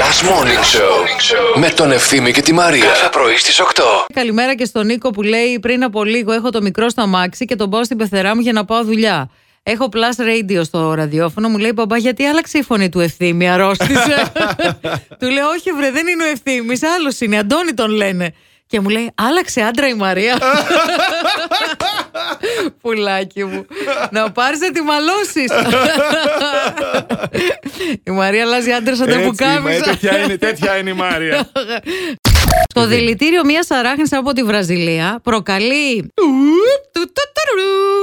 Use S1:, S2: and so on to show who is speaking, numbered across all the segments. S1: Last Morning Show με τον Ευθύμη και τη Μαρία. Κάθε πρωί στις 8.
S2: Καλημέρα και στον Νίκο που λέει πριν από λίγο έχω το μικρό στο αμάξι και τον πάω στην πεθερά μου για να πάω δουλειά. Έχω Plus Radio στο ραδιόφωνο, μου λέει μπαμπά γιατί άλλαξε η φωνή του ευθύμη, αρρώστησε. του λέω όχι βρε δεν είναι ο ευθύμης, άλλος είναι, Αντώνη τον λένε. Και μου λέει άλλαξε άντρα η Μαρία. Πουλάκι μου. να πάρεις να τη μαλώσεις. η Μαρία αλλάζει άντρα σαν τα
S3: Έτσι, μα, ε,
S2: πουκάμισα.
S3: τέτοια, είναι, τέτοια είναι η Μάρια.
S2: Το δηλητήριο μια αράχνης από τη Βραζιλία προκαλεί.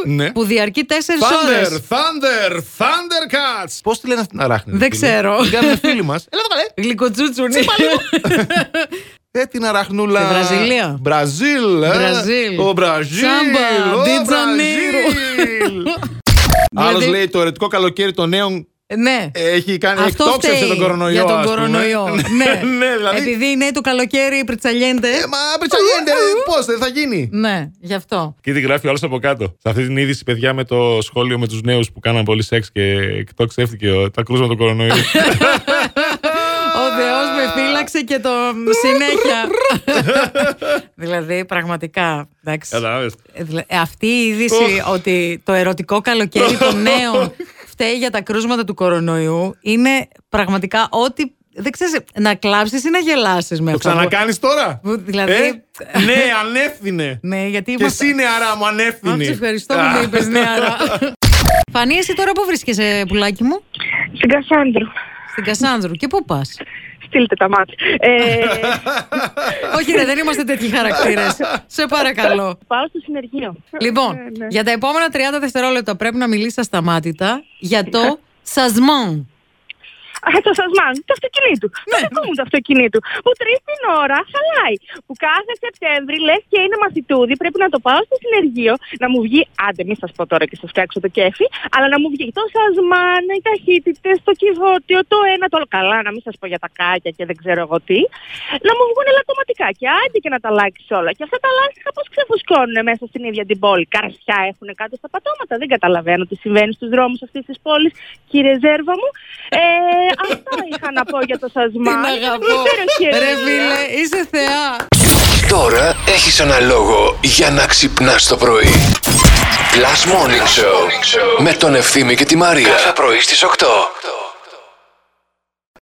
S3: Ναι.
S2: που διαρκεί 4
S3: Thunder,
S2: ώρε.
S3: Thunder, Thundercats. Πώ τη λένε αυτήν την αράχνη.
S2: Δεν ξέρω.
S3: Την κάνουμε φίλη μα. Έλα το καλέ.
S2: Γλυκοτσούτσουνι.
S3: Ε, την αραχνούλα.
S2: Στη Βραζιλία.
S3: Μπραζίλ. ε.
S2: Μπραζίλ.
S3: Ο Μπραζίλ.
S2: Σάμπα,
S3: ο
S2: Ντι Τζανέιρο.
S3: Μπραζίλ. Άλλος
S2: Δηλαδή-
S3: λέει ε, το ερετικό καλοκαίρι των νέων
S2: Ναι.
S3: έχει κάνει
S2: Αυτό
S3: εκτόξευσε
S2: φταίει
S3: τον κορονοϊό.
S2: Για τον
S3: ας πούμε.
S2: κορονοϊό.
S3: ναι, ναι, δηλαδή.
S2: Επειδή είναι το καλοκαίρι, πριτσαλιέντε.
S3: Ε, Μα πριτσαγέντε, πώς δεν θα γίνει.
S2: Ναι, γι' αυτό.
S3: Και τη γράφει ο άλλος από κάτω. Σε αυτή την είδηση, παιδιά, με το σχόλιο με τους νέους που κάναν πολύ σεξ και εκτόξευτηκε ο- τα κρούσματα του κορονοϊού.
S2: Ο Θεό με φύλαξε και το συνέχεια. δηλαδή, πραγματικά. Εντάξει.
S3: Κατάλαβε.
S2: Ε, δηλα- ε, αυτή η είδηση ότι το ερωτικό καλοκαίρι των νέων φταίει για τα κρούσματα του κορονοϊού είναι πραγματικά ό,τι. Δεν ξέρεις, να κλάψεις ή να γελάσεις με
S3: Το
S2: αυτό.
S3: ξανακάνεις τώρα.
S2: Που- δηλαδή-
S3: Ε, ναι, ανεύθυνε.
S2: Ναι, γιατί
S3: Και
S2: είμαστε...
S3: εσύ είναι αρά μου,
S2: Αχ,
S3: ανεύθυνη.
S2: σε ευχαριστώ
S3: Α,
S2: που μου είπες, ναι, άρα. Φανή, εσύ τώρα πού βρίσκεσαι, πουλάκι μου?
S4: Στην Κασάνδρου.
S2: Στην Κασάνδρου. Και πού πας?
S4: Στείλτε τα μάτια. Ε,
S2: Όχι ρε, δεν είμαστε τέτοιοι χαρακτήρες. σε παρακαλώ.
S4: πάω στο συνεργείο.
S2: Λοιπόν,
S4: Ε, ναι.
S2: για τα επόμενα 30 δευτερόλεπτα πρέπει να μιλήσεις ασταμάτητα για το σασμόν.
S4: Α, το σασμάν, το αυτοκινήτου.
S2: Ναι,
S4: Το δικό μου το αυτοκινήτου. Που τρει την ώρα χαλάει. Που κάθε Σεπτέμβρη λες και είναι μαθητούδι, πρέπει να το πάω στο συνεργείο να μου βγει. Άντε, μην σας πω τώρα και σας φτιάξω το κέφι, αλλά να μου βγει το σασμάν, οι ταχύτητες, το κυβότιο, το ένα, το άλλο. Καλά, να μην σας πω για τα κάκια και δεν ξέρω εγώ τι. Να μου βγουν ελαττωματικά και άντε και να τα αλλάξεις όλα. Και αυτά τα λάστιχα πώ ξεφουσκώνουν μέσα στην ίδια την πόλη. Καρσιά έχουν κάτω στα πατώματα. Δεν καταλαβαίνω τι συμβαίνει στους δρόμους αυτής της πόλης, κύριε Ζέρβα μου. Ε, αυτά είχα να πω για το σασμά.
S2: Την αγαπώ. Ρε φίλε, είσαι θεά.
S1: Τώρα έχεις ένα λόγο για να ξυπνάς το πρωί. Last Morning Show με τον Ευθύμη και τη Μαρία. Κάθε πρωί στις 8.